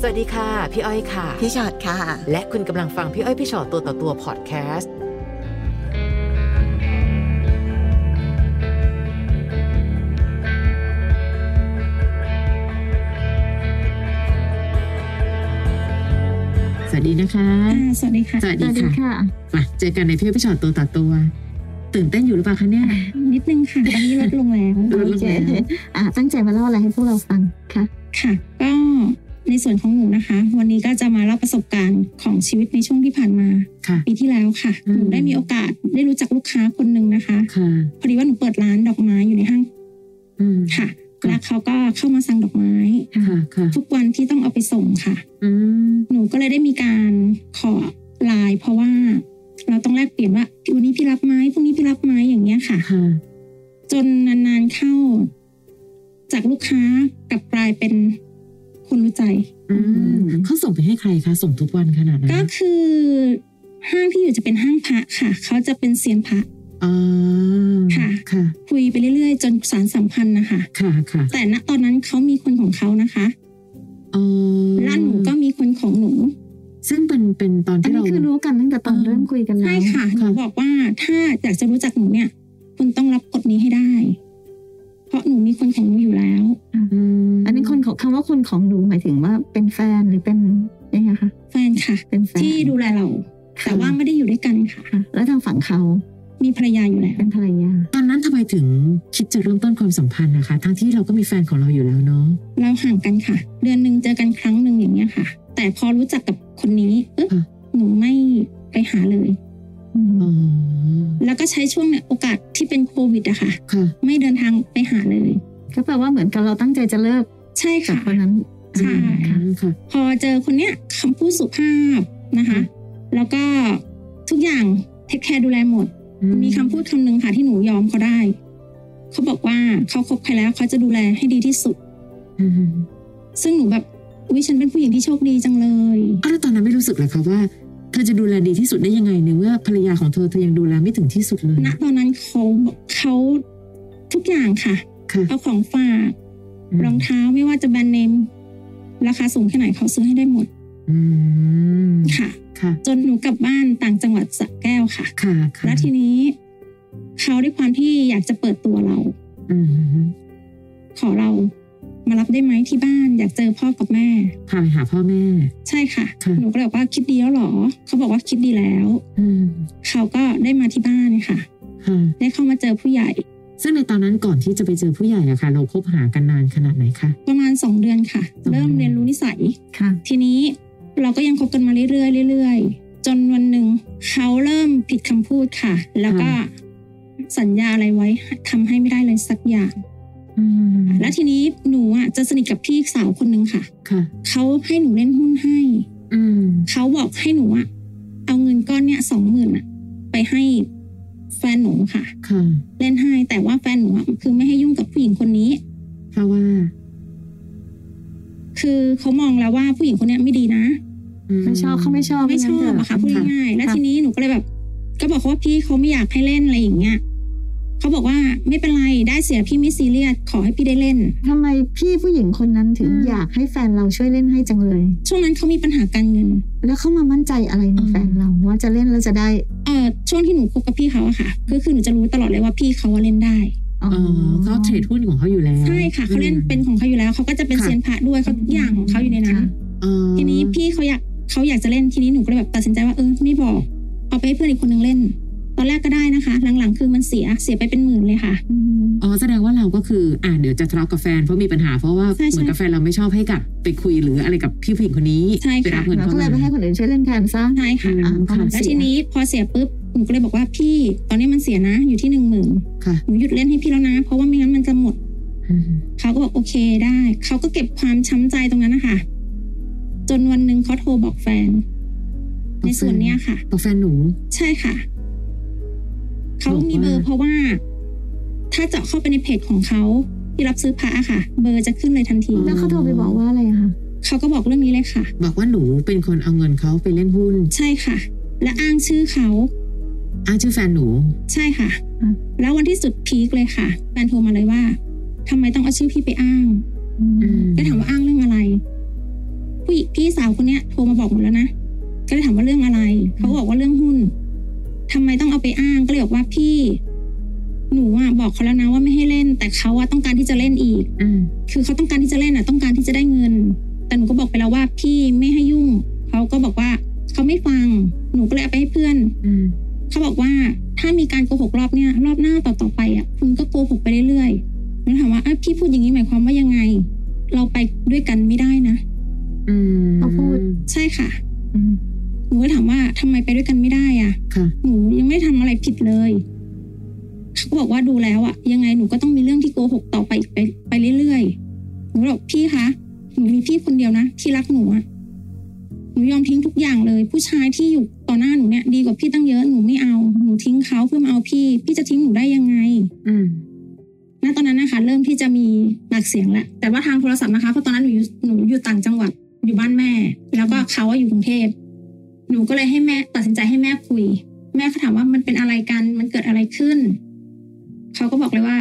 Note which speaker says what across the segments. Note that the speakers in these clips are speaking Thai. Speaker 1: สวัสดีค่ะ พี่อ้อยค่ะ
Speaker 2: พี่ชอดค่ะ
Speaker 1: และคุณกำลังฟังพี่อ้อยพี่ชอตตัวต่อตัวพอดแคสต์สวัสดีนะคะ
Speaker 3: อ่าสวัสดีค่ะ
Speaker 1: สวัสดีค่ะ มาเจอกันในพี่อ้อยพี่ชอตตัวต่อตัว ตื่นเต้นอยู่หรือเปล่าคะเนี่ย
Speaker 3: อ่านิดนึงค่ะตอนนี้ลดลงแล้ว
Speaker 1: ลดลง
Speaker 3: โอเค
Speaker 2: อ่าตั้งใจมาเล่าอะไรให้พวกเราฟังค่ะ
Speaker 3: ค่ะ ก็ในส่วนของหนูนะคะ วันนี้ก็จะมาเล่าประสบการณ์ของชีวิตในช่วงที่ผ่านมา
Speaker 1: ค่ะ
Speaker 3: ปีที่แล้วค่ะ
Speaker 1: อืม
Speaker 3: หนูได้มีโอกาสได้รู้จักลูกค้าคนหนึ่งนะคะ
Speaker 1: ค่ะ
Speaker 3: พอดีว่าหนูเปิดร้านดอกไม้อยู่ในห้าง
Speaker 1: อืม
Speaker 3: ค่ะ
Speaker 1: ค่ะ
Speaker 3: แล้วเขาก็เข้ามาสั่งดอกไม้
Speaker 1: ค่ะค่ะ
Speaker 3: ทุกวันที่ต้องเอาไปส่งค่ะ
Speaker 1: อืม
Speaker 3: หนูก็เลยได้มีการขอไลน์เพราะว่า เราต้องแลกเปลี่ยนว่าวันนี้พี่รับไหมพรุ่งนี้พี่รับไหมอย่างเงี้ยค่ะ
Speaker 1: ค่ะ
Speaker 3: จนนานๆเข้า จากลูกค้ากลับกลายเป็นคนรู้ใจ
Speaker 1: อืมเขาส่งไปให้ใครคะ ส่งทุกวันขนาดนั้น
Speaker 3: ก็คือห้างที่อยู่จะเป็นห้างพระค่ะ เขาจะเป็นเซียนพระ
Speaker 1: อ่า
Speaker 3: ค่ะ
Speaker 1: ค่ะ
Speaker 3: คุยไปเรื่อยๆ จนสารสัมพันธ์นะคะ
Speaker 1: ค่ะค่ะ
Speaker 3: แต่ณตอนนั้นเขามีคนของเขานะคะ
Speaker 1: อ๋อ
Speaker 3: และหนูก็มีคนของหนู
Speaker 1: ซึ่งเป็นเป็นตอน
Speaker 2: อัน
Speaker 1: ที่
Speaker 2: นี้
Speaker 1: เรา
Speaker 2: คือรู้กันตั้งแต่ตอน
Speaker 1: เออ
Speaker 2: เริ่มคุยกันแล้ว
Speaker 3: ใช่ค่ะห
Speaker 1: ครั
Speaker 3: นู
Speaker 1: บ
Speaker 3: บอกว่าถ้าอยากจะรู้จักหนูเนี่ย คุณต้องรับกฎนี้ให้ได้ เพราะหนูมีคนของหนูอยู่แล้ว
Speaker 1: ม
Speaker 2: อันนี้คนของคำว่าคนของหนูหมายถึงว่าเป็นแฟนหรือเป็นยังไงคะ
Speaker 3: แฟนค่ะ
Speaker 2: เป็นแฟน
Speaker 3: ที่ดูแลเรา แต่ว่าไม่ได้อยู่ด้วยกันค่ะ
Speaker 2: ค่ะ แล้วทางฝั่งเขา
Speaker 3: มีภรรยาอยู่แล้ว
Speaker 2: เป็นภรรยา
Speaker 1: ตอนนั้นทำไมถึงคิดจะเริ่มต้นความสัมพันธ์นะคะ ทั้งที่เราก็มีแฟนของเราอยู่แล้วเนาะ
Speaker 3: เราห่างกันค่ะ เดือนหนึ่งเจอกันครั้งหนึ่งอย่างเงี้ยค่ะ แต่พอรู้จักกับคนนี้ปึ๊บหนูไม่ไปหาเลย
Speaker 2: อืม
Speaker 1: อ๋อ
Speaker 3: แล้วก็ใช้ช่วงเนี่ยโอกาสที่เป็นโควิดอะค่ะ
Speaker 1: ค่ะ
Speaker 3: ไม่เดินทางไปหาเลย
Speaker 2: ก็แปลว่าเหมือนกับเราตั้งใจจะเลิก
Speaker 3: ใช่
Speaker 2: จาก
Speaker 3: ค่ะ
Speaker 2: คนนั้น
Speaker 3: ใช่
Speaker 2: ค่ะ
Speaker 1: ค่ะ
Speaker 3: พอเจอคนเนี้ยคำพูดสุภาพนะคะ แล้วก็ทุกอย่างเทคแคร์ดูแลหมด มีคำพูดคำหนึงค่ะที่หนูยอมเขาได้ เขาบอกว่าเขาคบใครแล้วเขาจะดูแลให้ดีที่สุด
Speaker 1: อืม
Speaker 3: ซึ่งหนูแบบอุ้ยฉันเป็นผู้หญิงที่โชคดีจังเลย
Speaker 1: อ้าวแล้วตอนนั้นไม่รู้สึกเหรอคะว่าเธอจะดูแลดีที่สุดได้ยังไงในเมื่อภรรยาของเธอเธอยังดูแลไม่ถึงที่สุดเลย
Speaker 3: ณตอนนั้นเขาเขาทุกอย่างค่ะ
Speaker 1: ค่ะ
Speaker 3: เอาของฝากรองเท้าไม่ว่าจะแบรนด์เนม ราคาสูงแค่ไหนเขาซื้อให้ได้หมด
Speaker 1: อืม
Speaker 3: ค่ะ
Speaker 1: ค่ะ
Speaker 3: จนหนูกลับบ้านต่างจังหวัดสระแก้วค่ะ
Speaker 1: ค่ะค่ะ
Speaker 3: แล้วทีนี้เขาด้วยความที่อยากจะเปิดตัวเรา
Speaker 1: อืม
Speaker 3: ขอเรามารับได้ไหมที่บ้าน อยากเจอพ่อกับแม่
Speaker 1: พาไปหาพ่อแม่
Speaker 3: ใช่ค่ะ
Speaker 1: ค่ะ
Speaker 3: หนูก็เลยบอกว่าคิดดีแล้วเหรอ เขาบอกว่าคิดดีแล้ว
Speaker 1: อืม
Speaker 3: เขาก็ได้มาที่บ้านค่ะ
Speaker 1: ค่ะ
Speaker 3: ได้เข้ามาเจอผู้ใหญ่
Speaker 1: ซึ่งในตอนนั้นก่อนที่จะไปเจอผู้ใหญ่อะค่ะ เราคบหากันนานขนาดไหนคะ
Speaker 3: ประมาณสองเดือนค่ะ เริ่มเรียนรู้นิสัย
Speaker 2: ค่ะ
Speaker 3: ทีนี้เราก็ยังคบกันมาเรื่อยๆเรื่อยๆ จนวันหนึ่งเขาเริ่มผิดคำพูดค่ะ แล้วก็
Speaker 1: ค่ะ
Speaker 3: สัญญาอะไรไว้ทำให้ไม่ได้เลยสักอย่าง
Speaker 1: อืม
Speaker 3: แล้วทีนี้หนูอ่ะจะสนิทกับพี่สาวคนหนึงค่ะ
Speaker 1: ค่ะ
Speaker 3: เขาให้หนูเล่นหุ้นให้
Speaker 1: อืม
Speaker 3: เขาบอกให้หนูอ่ะเอาเงินก้อนเนี้ยสองหมื่นอ่ะไปให้แฟนหนูค่ะ
Speaker 1: ค่ะ
Speaker 3: เล่นให้แต่ว่าแฟนหนูอ่ะคือไม่ให้ยุ่งกับผู้หญิงคนนี้
Speaker 1: เพราะว่า
Speaker 3: คือเขามองแล้วว่าผู้หญิงคนเนี้ยไม่ดีนะ
Speaker 2: ไม่ชอบเขาไม่ชอบ
Speaker 3: ไม่ชอบ
Speaker 2: งั้นเถ
Speaker 3: อะค่ะพูดง่ายๆแล้ว
Speaker 2: ค่ะ
Speaker 3: ทีนี้หนูก็เลยแบบ ก็บอกเขาว่าพี่เขาไม่อยากให้เล่นอะไรอย่างเงี้ยเขาบอกว่าไม่เป็นไรได้เสียพี่ไม่ซีเรียสขอให้พี่ได้เล่น
Speaker 2: ทำไมพี่ผู้หญิงคนนั้นถึง
Speaker 3: อืม
Speaker 2: อยากให้แฟนเราช่วยเล่นให้จังเลย
Speaker 3: ช่วงนั้นเขามีปัญหาการเงิน
Speaker 2: แล้วเขามามั่นใจอะไรในแฟนเราว่าจะเล่นแล้วจะได้
Speaker 3: เอ่อช่วงที่หนูคบกับพี่เขาอะค่ะก็คือหนูจะรู้ตลอดเลยว่าพี่เขาว่าเล่นได้
Speaker 2: อ๋อ
Speaker 1: อ๋อเขาเทรดหุ้นของเขาอยู่แล้ว
Speaker 3: ใช่ค่ะเขาเล่นเป็นของเขาอยู่แล้วเขาก็จะเป็น
Speaker 1: ค่ะ
Speaker 3: เซียนพระด้วยเขาทุกอย่างของเขาอยู่ในนั้น
Speaker 2: ค่ะ
Speaker 1: อ๋อ
Speaker 3: ทีนี้พี่เขาอยากเขาอยากจะเล่นทีนี้หนูก็เลยแบบตัดสินใจว่าเออไม่บอกเอาไปให้เพื่อนอีกคนนึงเล่น ตอนแรกก็ได้นะคะ หลังๆคือมันเสียเสียไปเป็นหมื่นเลยค่ะ
Speaker 2: อืม
Speaker 1: อ๋อแสดงว่าเราก็คือ อ่าเดี๋ยวจะทะเลาะกับแฟนเพราะมีปัญหาเพราะว่า
Speaker 3: ใช่ใช่
Speaker 1: เหมือนกับแฟนเราไม่ชอบให้กลับไปคุยหรืออะไรกับพี่ผู้หญิงคนนี้
Speaker 3: ใช่ค่ะ
Speaker 1: ไปรับเงิน
Speaker 2: เรา
Speaker 1: เข้า
Speaker 2: ก็เลย
Speaker 1: มา
Speaker 2: ไปให้คนอื่นช่วยเล่นแทนซะ
Speaker 3: ใช่ค่ะ
Speaker 1: อืม
Speaker 2: อ่า
Speaker 1: ค่ะ
Speaker 2: เขา
Speaker 3: แล้วทีนี้พอเสียปุ๊บหนูก็เลยบอกว่าพี่ ตอนนี้มันเสียนะอยู่ที่หนึ่งหมื่น
Speaker 1: ค่ะ
Speaker 3: หนูหยุดเล่นให้พี่แล้วนะ เพราะว่าไม่งั้นมันจะหมด
Speaker 1: อืม
Speaker 3: เขาก็บอกโอเคได้เขาก็เก็บความช้ำใจตรงนั้นนะคะจนวันหนึ่งเขาโทรบอกแฟน ในส่วนเนี้ยค่ะ
Speaker 1: บอกแฟนหนู
Speaker 3: ใช่ค่ะเขามีเบอร์เพราะว่า ถ้าเจาะเข้าไปในเพจของเขาที่รับซื้อพระอะค่ะ เบอร์จะขึ้นเลยทันที
Speaker 1: อืม
Speaker 2: แล้วเขาโทรไปบอกว่าอะไรอะคะ
Speaker 3: เขาก็บอกเรื่องนี้เลยค่ะ
Speaker 1: บอกว่าหนูเป็นคนเอาเงินเขาไปเล่นหุ้น
Speaker 3: ใช่ค่ะ และอ้างชื่อเขา
Speaker 1: อ้างชื่อแฟนหนู
Speaker 3: ใช่ค่ะ แล้ววันที่สุดพีคเลยค่ะแฟนโทรมาเลยว่าทำไมต้องเอาชื่อพี่ไปอ้าง
Speaker 2: อืม
Speaker 3: ก็ถามว่าอ้างเรื่องอะไร ผู้หญิง รมาบอกหมดแล้วนะ ก็เลยถามว่าเรื่องอะไร เขาก็บอกว่าเรื่องหุ้นทำไมต้องเอาไปอ้างก็เลยบอกว่าพี่ หนูอะบอกเขาแล้วนะว่าไม่ให้เล่น แต่เขาอะต้องการที่จะเล่นอีก
Speaker 1: อืม
Speaker 3: คือเขาต้องการที่จะเล่นอะต้องการที่จะได้เงิน แต่หนูก็บอกไปแล้วว่าพี่ไม่ให้ยุ่ง เขาก็บอกว่าเขาไม่ฟัง หนูก็เลยเอาไปให้เพื่อน
Speaker 1: อืม
Speaker 3: เขาบอกว่าถ้ามีการโกหกรอบเนี้ยรอบหน้าต่อต่อๆไปอ่ะคุณก็โกหกไปเรื่อยๆหนูถามว่าอ่ะพี่พูดอย่างนี้หมายความว่ายังไง เราไปด้วยกันไม่ได้นะ
Speaker 1: อืม
Speaker 2: เขาพูด
Speaker 3: ใช่ค่ะ
Speaker 2: อืม
Speaker 3: หนูก็ถามว่าทำไมไปด้วยกันไม่ได้อ่ะ
Speaker 1: ค่ะ
Speaker 3: หนูยังไม่ได้ทำอะไรผิดเลยเขาก็บอกว่าดูแล้วอ่ะ ยังไงหนูก็ต้องมีเรื่องที่โกหกต่อไปอีกไปไปเรื่อยๆหนูบอกพี่คะหนูมีพี่คนเดียวนะที่รักหนูอ่ะหนูยอมทิ้งทุกอย่างเลย ผู้ชายที่อยู่ต่อหน้าหนูเนี่ยดีกว่าพี่ตั้งเยอะหนูไม่เอาหนูทิ้งเขาเพื่อมาเอาพี่ พี่จะทิ้งหนูได้ยังไง
Speaker 1: อืม
Speaker 3: ณตอนนั้นนะคะ เริ่มที่จะมีปากเสียงแล้วแต่ว่าทางโทรศัพท์นะคะเพราะตอนนั้นหนูอยู่หนูอยู่ต่างจังหวัดอยู่บ้านแม่ แล้วก็เขาอะอยู่กรุงเทพหนูก็เลยให้แม่ตัดสินใจให้แม่คุย แม่เขาถามว่ามันเป็นอะไรกันมันเกิดอะไรขึ้นเขาก็บอกเลยว่า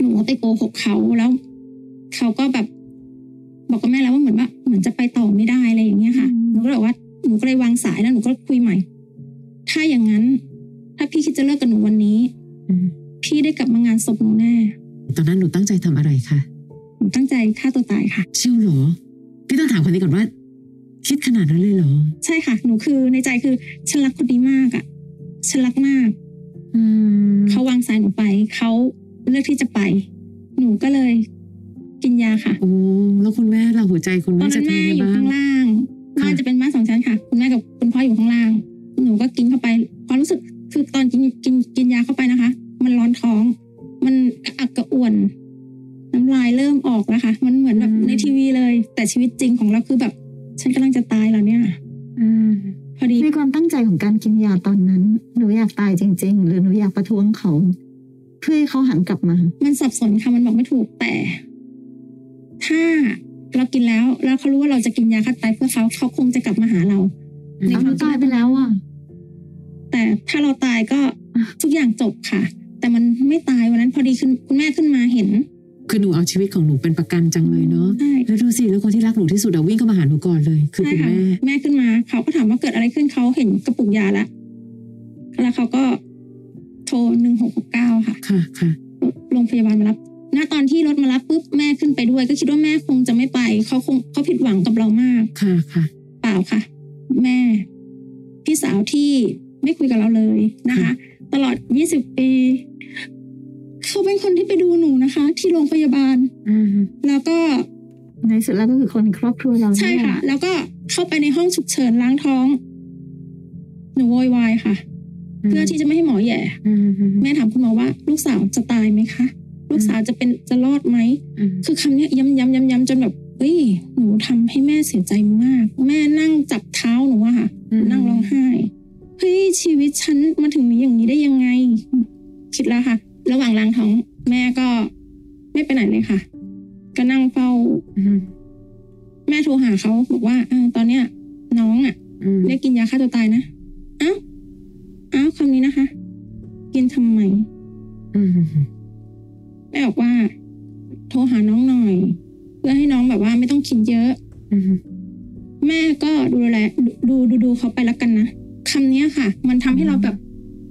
Speaker 3: หนูไปโกหกเขาแล้วเขาก็แบบ บอกกับแม่แล้วว่าเหมือนว่าเหมือนจะไปต่อไม่ได้อะไรอย่างเงี้ยค่ะหนูก็เลยบอกว่าหนูก็เลยวางสายแล้วหนูก็คุยใหม่ ถ้าอย่างนั้น ถ้าพี่คิดจะเลิกกับหนูวันนี้
Speaker 1: อืม
Speaker 3: พี่ได้กลับมางานศพหนูแน่
Speaker 1: ตอนนั้นหนูตั้งใจทำอะไรคะ
Speaker 3: หนูตั้งใจฆ่าตัวตายค่ะ
Speaker 1: เชี่ยวเหรอพี่ต้องถามคนนี้ก่อนว่า คิดขนาดนั้นเลยเหรอ
Speaker 3: ใช่ค่ะ หนูคือในใจคือฉันรักคนนี้มากอะ่ะฉันรักมาก
Speaker 1: อืม
Speaker 3: เขาวางสายหนูไปเขาเลือกที่จะไป หนูก็เลยกินยาค่ะ
Speaker 1: โอ้แล้วคุณแม่ล่ะหัวใจคุณ
Speaker 3: ตอ
Speaker 1: แม่
Speaker 3: นนั้
Speaker 1: จะ
Speaker 3: น
Speaker 1: ทำ
Speaker 3: แม่
Speaker 1: ยังไง
Speaker 3: อยู่
Speaker 1: บ้าง
Speaker 3: ข้างล่าง
Speaker 1: ค่ะ
Speaker 3: บ้านจะเป็นบ้านสองชั้นค่ะคุณแม่กับคุณพ่ออยู่ข้างล่าง หนูก็กินเข้าไปความรู้สึกคือตอนกินกินกินยาเข้าไปนะคะ มันร้อนท้อง มันกระอักกระอ่วน น้ำลายเริ่มออกแล้วค่ะ มันเหมือนแบบในทีวีเลย แต่ชีวิตจริงของเราคือแบบ ฉันกำลังจะตายแล้วเนี่ย
Speaker 1: อืม
Speaker 3: พอดี
Speaker 2: ในความตั้งใจของการกินยาตอนนั้น หนูอยากตายจริง ๆ หรือหนูอยากประท้วงเขา เพื่อให้เขาหันกลับมา
Speaker 3: มันสับสนค่ะมันบอกไม่ถูกแต่ ถ้าเรากินแล้ว แล้วเขารู้ว่าเราจะกินยาฆ่าตายเพื่อเขาเขาคงจะกลับมาหาเรา
Speaker 1: อืม
Speaker 2: เอาหนูตายไปแล้วอ่ะ
Speaker 3: แต่ถ้าเราตายก็
Speaker 2: อ่ะ
Speaker 3: ทุกอย่างจบค่ะ แต่มันไม่ตายวันนั้นพอดีคุณคุณแม่ขึ้นมาเห็น
Speaker 1: คือหนูเอาชีวิตของหนูเป็นประกันจังเลยเนาะ
Speaker 3: ใช่
Speaker 1: แล้วดูสิแล้วคนที่รักหนูที่สุดอะวิ่งเข้ามาหาหนูก่อนเลย คือ
Speaker 3: ใช่
Speaker 1: คุณ
Speaker 3: ค่ะ
Speaker 1: แม่
Speaker 3: แม่ขึ้นมาเขาก็ถามว่าเกิดอะไรขึ้นเขาเห็นกระปุกยาแล้วแล้วเขาก็โทรหนึ่งหกหกเก้าค่ะ
Speaker 1: ค่ะค่ะ
Speaker 3: โรงพยาบาลมารับ ณ ตอนที่รถมารับปุ๊บแม่ขึ้นไปด้วย ก็คิดว่าแม่คงจะไม่ไปเขาคงเขาผิดหวังกับเรามาก
Speaker 1: ค่ะค่ะ
Speaker 3: เปล่าค่ะ แม่ พี่สาวที่ไม่คุยกับเราเลยนะคะ ตลอด 20 ปี เขาเป็นคนที่ไปดูหนูนะคะ ที่โรงพยาบาล
Speaker 1: อืม
Speaker 3: แล้วก็
Speaker 2: ในสุดแล้วก็คือคนในครอบครัวเราเนี่ย
Speaker 3: ใช่ค่ะ แล้วก็เข้าไปในห้องฉุกเฉินล้างท้อง หนูโวยวายค่ะ เพื่อที่จะไม่ให้หมอแหย่
Speaker 1: อืมอืม
Speaker 3: แม่ถามคุณหมอว่า ลูกสาวจะตายไหมคะ ลูกสาวจะเป็นจะรอดไหม
Speaker 1: อืม
Speaker 3: คือคำเนี้ยย้ำย้ำย้ำย้ำจนแบบเฮ้ยหนูทำให้แม่เสียใจมาก แม่นั่งจับเท้าหนูอะค่ะ
Speaker 1: อืม
Speaker 3: นั่งร้องไห้เฮ้ยชีวิตฉันมาถึงนี้อย่างนี้ได้ยังไง คิดแล้วค่ะ ระหว่างล้างท้องแม่ก็ไม่ไปไหนเลยค่ะ ก็นั่งเฝ้า
Speaker 1: อืม
Speaker 3: แม่โทรหาเขาบอกว่าเออตอนเนี้ย น้องอะ
Speaker 1: อืม
Speaker 3: ได้กินยาฆ่าตัวตายนะอ้าวอ้าวคำนี้นะคะ กินทำไม
Speaker 1: อืมอืม
Speaker 3: แม่บอกว่า โทรหาน้องหน่อย เพื่อให้น้องแบบว่าไม่ต้องกินเยอะ
Speaker 1: อืม
Speaker 3: แม่ก็ดูแลดูดูดูเขาไปแล้วกันนะคำเนี้ยค่ะ มันทำให้เราแบบ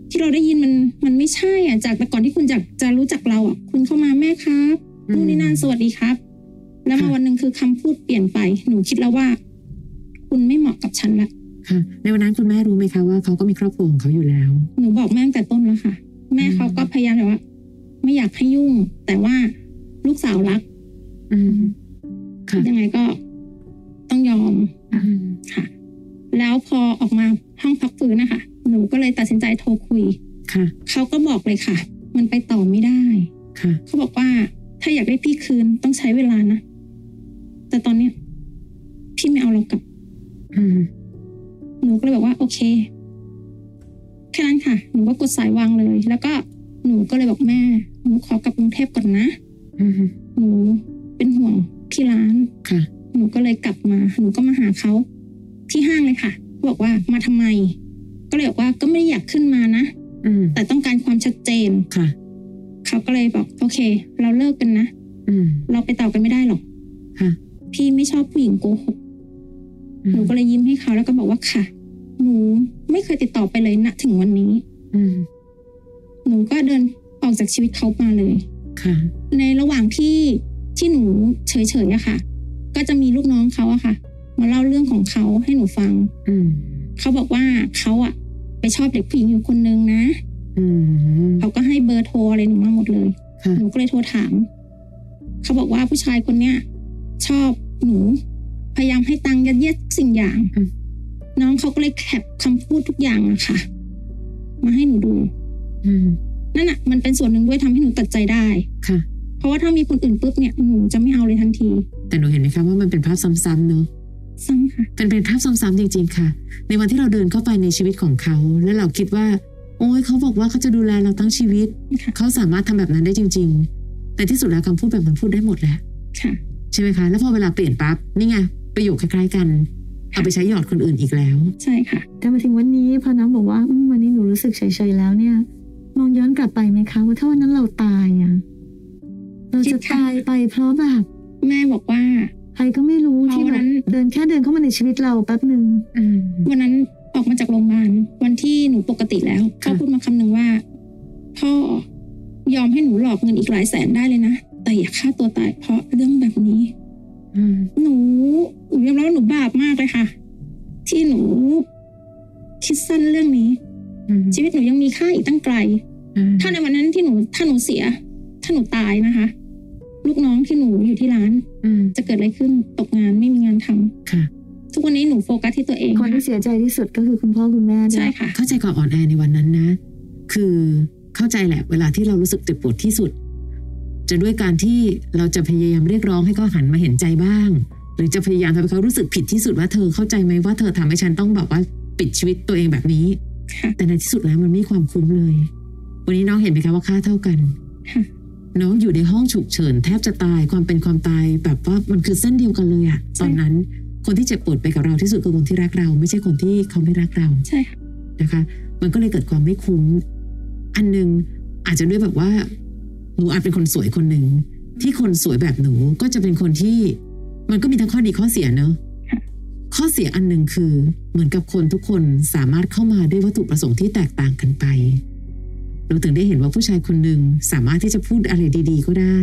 Speaker 3: ที่เราได้ยินมันมันไม่ใช่อ่ะจากแต่ก่อนที่คุณจะจะรู้จักเราอ่ะคุณเข้ามาแม่ครับนู่นนี่นั่นสวัสดีครับ แล้วมา
Speaker 1: ค่ะ
Speaker 3: วันหนึ่งคือคำพูดเปลี่ยนไป หนูคิดแล้วว่า คุณไม่เหมาะกับฉันละ
Speaker 1: ค่ะ ในวันนั้นคุณแม่รู้ไหมคะว่าเขาก็มีครอบครัวของเขาอยู่แล้ว
Speaker 3: หนูบอกแม่ตั้งแต่ต้นแล้วค่ะ แม่เขาก็พยายามแบบว่า ไม่อยากให้ยุ่ง แต่ว่าลูกสาวรัก
Speaker 1: อืม ค่ะ
Speaker 3: ยังไงก็ต้องยอม
Speaker 1: อืม
Speaker 3: ค่ะแล้วพอออกมาห้องพักฟื้นนะคะ หนูก็เลยตัดสินใจโทรคุย
Speaker 1: ค่ะ
Speaker 3: เขาก็บอกเลยค่ะ มันไปต่อไม่ได้
Speaker 1: ค่ะ
Speaker 3: เขาบอกว่า ถ้าอยากได้พี่คืนต้องใช้เวลานะ แต่ตอนเนี้ยพี่ไม่เอาเรากลับ
Speaker 1: อืม
Speaker 3: หนูก็เลยบอกว่าโอเค แค่นั้นค่ะ หนูก็กดสายวางเลย แล้วก็หนูก็เลยบอกแม่ หนูขอกลับกรุงเทพก่อนนะ
Speaker 1: อืม
Speaker 3: หนูเป็นห่วงที่ร้าน
Speaker 1: ค่ะ
Speaker 3: หนูก็เลยกลับมา หนูก็มาหาเขาที่ห้างเลยค่ะเขาบอกว่ามาทำไม ก็เลยบอกว่าก็ไม่ได้อยากขึ้นมานะ
Speaker 1: อืม
Speaker 3: แต่ต้องการความชัดเจน
Speaker 1: ค่ะ
Speaker 3: เขาก็เลยบอกโอเค เราเลิกกันนะ
Speaker 1: อืม
Speaker 3: เราไปต่อกันไม่ได้หรอก
Speaker 1: ค่ะ
Speaker 3: พี่ไม่ชอบผู้หญิงโกหก
Speaker 1: อืม
Speaker 3: หนูก็เลยยิ้มให้เขาแล้วก็บอกว่าค่ะ หนูไม่เคยติดต่อไปเลยณถึงวันนี้
Speaker 1: อืม
Speaker 3: หนูก็เดินออกจากชีวิตเขามาเลย
Speaker 1: ค่ะ
Speaker 3: ในระหว่างที่ที่หนูเฉยๆอะค่ะ ก็จะมีลูกน้องเขาอะค่ะ มาเล่าเรื่องของเขาให้หนูฟัง
Speaker 1: อืม
Speaker 3: เขาบอกว่าเขาอะไปชอบเด็กผู้หญิงอยู่คนนึงนะ
Speaker 1: อืม
Speaker 3: เขาก็ให้เบอร์โทรอะไรหนูมาหมดเลย
Speaker 1: ค่ะ
Speaker 3: หนูก็เลยโทรถาม เขาบอกว่าผู้ชายคนเนี้ยชอบหนู พยายามให้ตังค์ยัดเยียดสิ่งอย่าง น้องเขาก็เลยแคปคำพูดทุกอย่างอะค่ะ มาให้หนูดู
Speaker 1: อืม
Speaker 3: นั่นอะมันเป็นส่วนหนึ่งด้วยทำให้หนูตัดใจได้
Speaker 1: ค่ะ
Speaker 3: เพราะว่าถ้ามีคนอื่นปุ๊บเนี่ยหนูจะไม่เอาเลยทันที
Speaker 1: แต่หนูเห็นไหมคะว่ามันเป็นภาพซ้ำๆเนอะ
Speaker 3: ซ้ำค่ะ
Speaker 1: เป็นเป็นภาพซ้ำๆจริง ๆ ค่ะ ในวันที่เราเดินเข้าไปในชีวิตของเขา แล้วเราคิดว่า โอ้ยเขาบอกว่าเขาจะดูแลเราทั้งชีวิต
Speaker 3: ค่ะ
Speaker 1: เขาสามารถทำแบบนั้นได้จริง ๆ แต่ที่สุดแล้วคำพูดแบบนั้นพูดได้หมดแหล้ว
Speaker 3: ค่ะ
Speaker 1: ใช่ไหมคะ แล้วพอเวลาเปลี่ยนปั๊บ นี่ไง ประโยคคล้ายๆกัน เอาไปใช้หยอดคนอื่นอีกแล้ว
Speaker 3: ใช่ค่ะ
Speaker 2: แต่มาถึงวันนี้พอน้องบอกว่าอืมวันนี้หนูรู้สึกเฉยๆแล้วเนี่ย มองย้อนกลับไปไหมคะว่าถ้าวันนั้นเราตายอ่ะเรา
Speaker 3: คิ
Speaker 2: จะ
Speaker 3: ดค่ะ
Speaker 2: ตายไปเพราะแบบ
Speaker 3: แม่บอกว่า
Speaker 2: ใครก็ไม่รู้
Speaker 3: เพราะ
Speaker 2: ที่แบ
Speaker 3: วั
Speaker 2: บ
Speaker 3: นนั้น
Speaker 2: เดินแค่เดินเข้ามาในชีวิตเราแป๊บหนึ่ง
Speaker 1: อืม
Speaker 3: วันนั้นออกมาจากโรงพยาบาลวันที่หนูปกติแล้ว
Speaker 1: ค่ะ
Speaker 3: เขาพูดมาคำหนึ่งว่า พ่อยอมให้หนูหลอกเงินอีกหลายแสนได้เลยนะ แต่อย่าฆ่าตัวตายเพราะเรื่องแบบนี้
Speaker 1: อืม
Speaker 3: หนูหนูยอมรับว่าหนูบาปมากเลยค่ะ ที่หนู คิดสั้นเรื่องนี้
Speaker 1: อืม
Speaker 3: ชีวิตหนูยังมีค่าอีกตั้งไกล ถ้าในวันนั้นที่หนูถ้าหนูเสีย ถ้าหนูตายนะคะ ลูกน้องที่หนูอยู่ที่ร้าน
Speaker 1: อืม
Speaker 3: จะเกิดอะไรขึ้นตกงานไม่มีงานทำ
Speaker 1: ค่ะ
Speaker 3: ทุกวันนี้หนูโฟกัสที่ตัวเอง
Speaker 2: คนที่เสียใจที่สุดก็คือคุณพ่อคุณแม่
Speaker 3: ใช่
Speaker 2: เนี่ย
Speaker 3: ค่ะ
Speaker 1: เข้าใจความอ่อนแอในวันนั้นนะ คือเข้าใจแหละ เวลาที่เรารู้สึกเจ็บปวดที่สุด จะด้วยการที่เราจะพยายามเรียกร้องให้เขาหันมาเห็นใจบ้าง หรือจะพยายามทำให้เขารู้สึกผิดที่สุดว่าเธอเข้าใจไหมว่าเธอทำให้ฉันต้องแบบว่าปิดชีวิตตัวเองแบบนี้
Speaker 3: ค่ะ
Speaker 1: แต่ในที่สุดแล้วมันไม่มีความคุ้มเลย วันนี้น้องเห็นไหมคะว่าค่าเท่ากัน
Speaker 3: ค่ะ
Speaker 1: น้องอยู่ในห้องฉุกเฉินแทบจะตายความเป็นความตายแบบว่ามันคือเส้นเดียวกันเลยอะ
Speaker 3: ใช่
Speaker 1: ตอนนั้น คนที่เจ็บปวดไปกับเราที่สุดคือคนที่รักเรา ไม่ใช่คนที่เขาไม่รักเรา
Speaker 3: ใช่ค่ะ
Speaker 1: นะคะ มันก็เลยเกิดความไม่คุ้ม อันหนึงอาจจะด้วยแบบว่า หนูอาจเป็นคนสวยคนหนึ่งที่คนสวยแบบหนูก็จะเป็นคนที่ มันก็มีทั้งข้อดีข้อเสียเนอะ
Speaker 3: ค่ะ
Speaker 1: ข้อเสียอันหนึ่งคือ เหมือนกับคนทุกคนสามารถเข้ามาด้วยวัตถุประสงค์ที่แตกต่างกันไป เราถึงได้เห็นว่าผู้ชายคนหนึ่งสามารถที่จะพูดอะไรดีๆ ก็ได้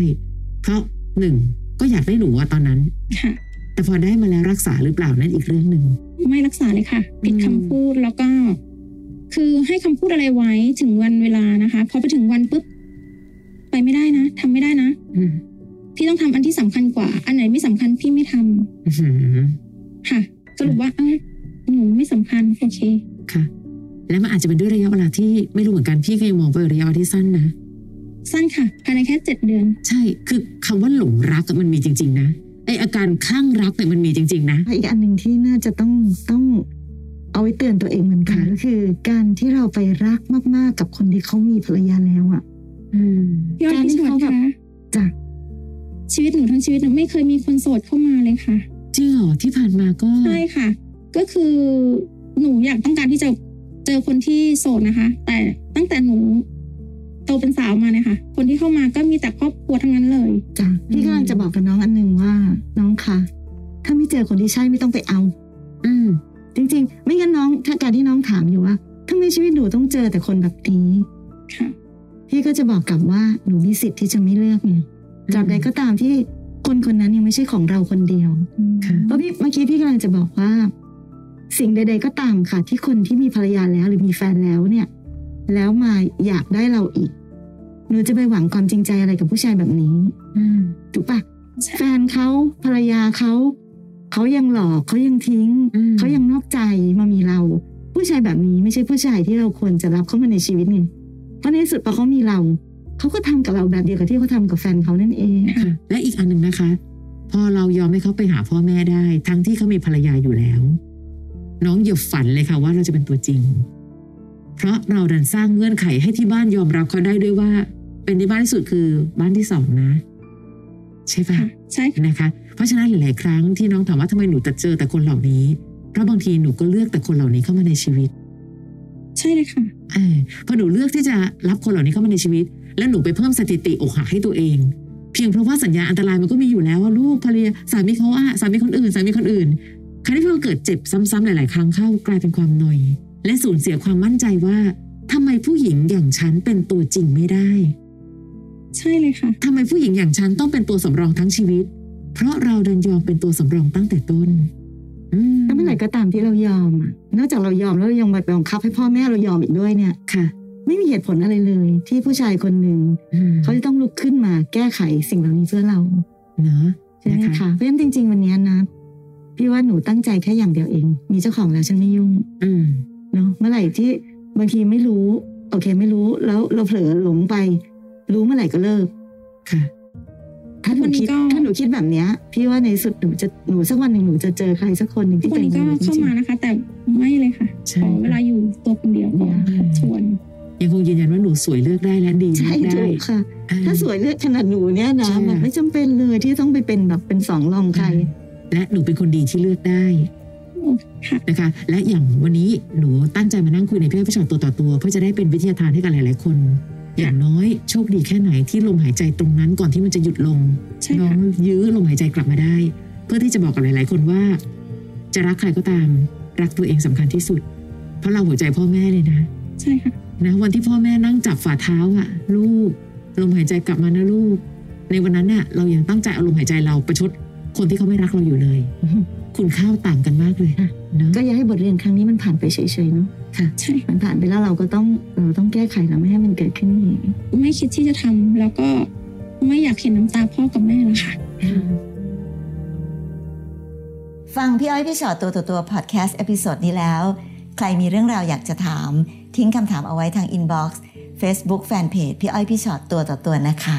Speaker 1: เพราะหนึ่งก็อยากได้หนูว่าตอนนั้น
Speaker 3: ค่ะ
Speaker 1: แต่พอได้มาแล้วรักษาหรือเปล่านั่นอีกเรื่องหนึ่ง
Speaker 3: ไม่รักษาเลยค่ะปิด
Speaker 1: อื
Speaker 3: คำ
Speaker 1: ม
Speaker 3: พูดแล้วก็ คือให้คำพูดอะไรไว้ถึงวันเวลานะคะพอไปถึงวันปุ๊บไปไม่ได้นะทำไม่ได้นะ
Speaker 1: อืม
Speaker 3: พี่ต้องทำอันที่สำคัญกว่า อันไหนไม่สำคัญพี่ไม่ทำ
Speaker 1: อื้อหือ
Speaker 3: ค่ะสรุปว่าเออหนูไม่สำคัญโอเค
Speaker 1: ค่ะ และมันอาจจะเป็นด้วยระยะเวลาที่ไม่รู้เหมือนกันพี่ก็ยังมองไปนระยะเวลาที่สั้นนะ
Speaker 3: สั้นค่ะภายในแค่เจ็ดเดือน
Speaker 1: ใช่ คือคำว่าหลงรักอะมันมีจริง ๆ นะ ไออาการคลั่งรักเนี่ยมันมีจริง ๆ นะ
Speaker 2: และอีกอันหนึ่งที่น่าจะต้องต้องเอาไว้เตือนตัวเองเหมือนกัน
Speaker 1: ค่ะ
Speaker 2: ก็คือ การที่เราไปรักมากๆกับคนที่เขามีภรรยาแล้วอ่ะ
Speaker 1: อืม
Speaker 3: พี่อ้อย
Speaker 2: การ
Speaker 3: พี่
Speaker 2: ที่
Speaker 3: ชวน
Speaker 2: เขาแบบ
Speaker 3: คะ
Speaker 2: จ้ะ
Speaker 3: ชีวิตหนูทั้งชีวิตหนูไม่เคยมีคนโสดเข้ามาเลยค่ะ
Speaker 1: จริงเหรอที่ผ่านมาก็
Speaker 3: ใช่ค่ะ ก็คือหนูอยากต้องการที่จะเจอคนที่โสดนะคะ แต่ตั้งแต่หนูโตเป็นสาวมาเนี่ยค่ะ คนที่เข้ามาก็มีแต่ครอบครัวทั้งนั้นเลย
Speaker 2: จ้ะพี่กำลังจะบอกกับน้องอันหนึ่งว่าน้องคะถ้าไม่เจอคนที่ใช่ไม่ต้องไปเอา
Speaker 1: อืม
Speaker 2: จริงๆ ไม่งั้นน้องถ้าการที่น้องถามอยู่ว่าทำไมชีวิตหนูต้องเจอแต่คนแบบนี้
Speaker 3: ค่ะ
Speaker 2: พี่ก็จะบอกกลับว่าหนูมีสิทธิ์ที่จะไม่เลือกไงตราบใดก็ตามที่คนคนนั้นยังไม่ใช่ของเราคนเดียว
Speaker 1: ค่ะ
Speaker 2: เพราะพี่เมื่อกี้พี่กำลังจะบอกว่า สิ่งใด ๆ ก็ตามค่ะ ที่คนที่มีภรรยาแล้วหรือมีแฟนแล้วเนี่ย แล้วมาอยากได้เราอีก หนูจะไปหวังความจริงใจอะไรกับผู้ชายแบบนี้
Speaker 1: อืม
Speaker 2: ถูกปะ
Speaker 3: ใช่
Speaker 2: แฟนเขาภรรยาเขาเขายังหลอกเขายังทิ้ง
Speaker 1: อืม
Speaker 2: เขายังนอกใจมามีเรา ผู้ชายแบบนี้ไม่ใช่ผู้ชายที่เราควรจะรับเข้ามาในชีวิตไงเพราะในที่สุดพอเขามีเราเขาก็ทำกับเราแบบเดียวกับที่เขาทำกับแฟนเขานั่นเอง
Speaker 1: ค่ะ และอีกอันหนึ่งนะคะ พอเรายอมให้เขาไปหาพ่อแม่ได้ ทั้งที่เขามีภรรยาอยู่แล้ว น้องอย่าฝันเลยค่ะว่าเราจะเป็นตัวจริง เพราะเราดันสร้างเงื่อนไขให้ที่บ้านยอมรับเขาได้ด้วยว่า เป็นที่บ้านที่สุดคือบ้านที่สองนะ ใช่ปะ
Speaker 3: ค่ะ ใช่ค่ะ
Speaker 1: นะคะเพราะฉะนั้นหลาย ๆ ครั้งที่น้องถามว่าทำไมหนูจะเจอแต่คนเหล่านี้ เพราะบางทีหนูก็เลือกแต่คนเหล่านี้เข้ามาในชีวิต
Speaker 3: ใช่เลยค่ะ
Speaker 1: เออพอหนูเลือกที่จะรับคนเหล่านี้เข้ามาในชีวิต แล้วหนูไปเพิ่มสถิติอกหักให้ตัวเอง เพียงเพราะว่าสัญญาอันตรายมันก็มีอยู่แล้วว่าลูกภรรยาสามีเขาอะสามีคนอื่น สามีคนอื่น ครั้งที่พอเกิดเจ็บซ้ำๆหลาย ๆ ครั้งเข้ากลายเป็นความหนอย และสูญเสียความมั่นใจว่าทำไมผู้หญิงอย่างฉันเป็นตัวจริงไม่ได้
Speaker 3: ใช่เลยค่ะ
Speaker 1: ทำไมผู้หญิงอย่างฉันต้องเป็นตัวสำรองทั้งชีวิต เพราะเราดันยอมเป็นตัวสำรองตั้งแต่ต้น อืม
Speaker 2: แล้วเมื่อไหร่ก็ตามที่เรายอมอะนอกจากเรายอมแล้วเรายังไปบังคับให้พ่อแม่เรายอมอีกด้วยเนี่ย
Speaker 1: ค่ะ
Speaker 2: ไม่มีเหตุผลอะไรเลย ที่ผู้ชายคนหนึ่ง
Speaker 1: อืม
Speaker 2: เขาจะต้องลุกขึ้นมาแก้ไขสิ่งเหล่านี้เพื่อเรา
Speaker 1: เนาะ
Speaker 2: ใช่ไหม
Speaker 1: นะคะ
Speaker 2: คะเพราะฉะนั้นจริง ๆ วันนี้นะ พี่ว่าหนูตั้งใจแค่อย่างเดียวเอง มีเจ้าของแล้วฉันไม่ยุ่ง
Speaker 1: อืม
Speaker 2: เนาะเมื่อไหร่ที่บางทีไม่รู้ โอเคไม่รู้แล้วเราเผลอหลงไป รู้เมื่อไหร่ก็เลิก
Speaker 1: ค่ะ
Speaker 2: ถ้าหนูคิด
Speaker 3: วันนี้ก็
Speaker 2: ถ้าหนูคิดแบบเนี้ย พี่ว่าในสุดหนูจะหนูสักวันหนึ่งหนูจะเจอใครสักคนหนึ่งที่
Speaker 3: คน
Speaker 2: แต่ง
Speaker 3: นี้ก็
Speaker 2: งานจ
Speaker 3: เข้า
Speaker 2: ริง
Speaker 3: มานะคะ แต่ไม่เลยค่ะ
Speaker 1: ใช่
Speaker 3: ขอเวลาอยู่ตัวคนเดียวก่อนค่ะชวน
Speaker 1: ยังคงยืนยันว่าหนูสวยเลือกได้และดี
Speaker 2: ๆ
Speaker 1: เลื
Speaker 2: ใช่
Speaker 1: อก
Speaker 2: ถู
Speaker 1: ได้
Speaker 2: กค่ะ
Speaker 1: อ่
Speaker 2: ถ้าสวยเลือดขนาดหนูเนี่ยนะ
Speaker 1: ใช่
Speaker 2: มันไม่จำเป็นเลยที่ต้องไปเป็นแบบเป็นสองรองใคร
Speaker 1: และหนูเป็นคนดีที่เลือกได้
Speaker 3: โอเคค่ะ
Speaker 1: นะคะ และอย่างวันนี้หนูตั้งใจมานั่งคุยในพี่อ้อยพี่ชอตตัวต่อตัว เพื่อจะได้เป็นวิทยาทานให้กับหลาย ๆ คน อย่างน้อยโชคดีแค่ไหนที่ลมหายใจตรงนั้นก่อนที่มันจะหยุดลง
Speaker 3: ใช่
Speaker 1: น้อง
Speaker 3: ค่ะ
Speaker 1: ยื้อลมหายใจกลับมาได้ เพื่อที่จะบอกกับหลาย ๆ คนว่า จะรักใครก็ตาม รักตัวเองสำคัญที่สุด เพราะเราหัวใจพ่อแม่เลยนะ
Speaker 3: ใช่ค่ะ
Speaker 1: นะวันที่พ่อแม่นั่งจับฝ่าเท้าอะลูกลมหายใจกลับมานะลูก ในวันนั้นน่ะเรายังตั้งใจเอาลมหายใจเราประชดคนที่เขาไม่รักเราอยู่เลย คุณค่าต่างกันมากเลย
Speaker 2: ค่ะ
Speaker 1: เนอะ
Speaker 2: ก็อย่าให้บทเรียนครั้งนี้มันผ่านไปเฉยๆเนาะ
Speaker 3: ใช่
Speaker 2: มันผ่านไปแล้วเราก็ต้องเราต้องแก้ไขแล้วไม่ให้มันเกิดขึ้นอีก
Speaker 3: ไม่คิดที่จะทำแล้วก็ไม่อยากเห็นน้ำตาพ่อกับแม่แล้วค่ะ
Speaker 4: ฟังพี่อ้อยพี่ชอตตัวต่อตัวพอดแคสต์เอพิโซดนี้แล้ว ใครมีเรื่องราวอยากจะถาม ทิ้งคำถามเอาไว้ทางอินบ็อกซ์เฟซบุ๊กแฟนเพจพี่อ้อยพี่ชอตตัวต่อตัวนะคะ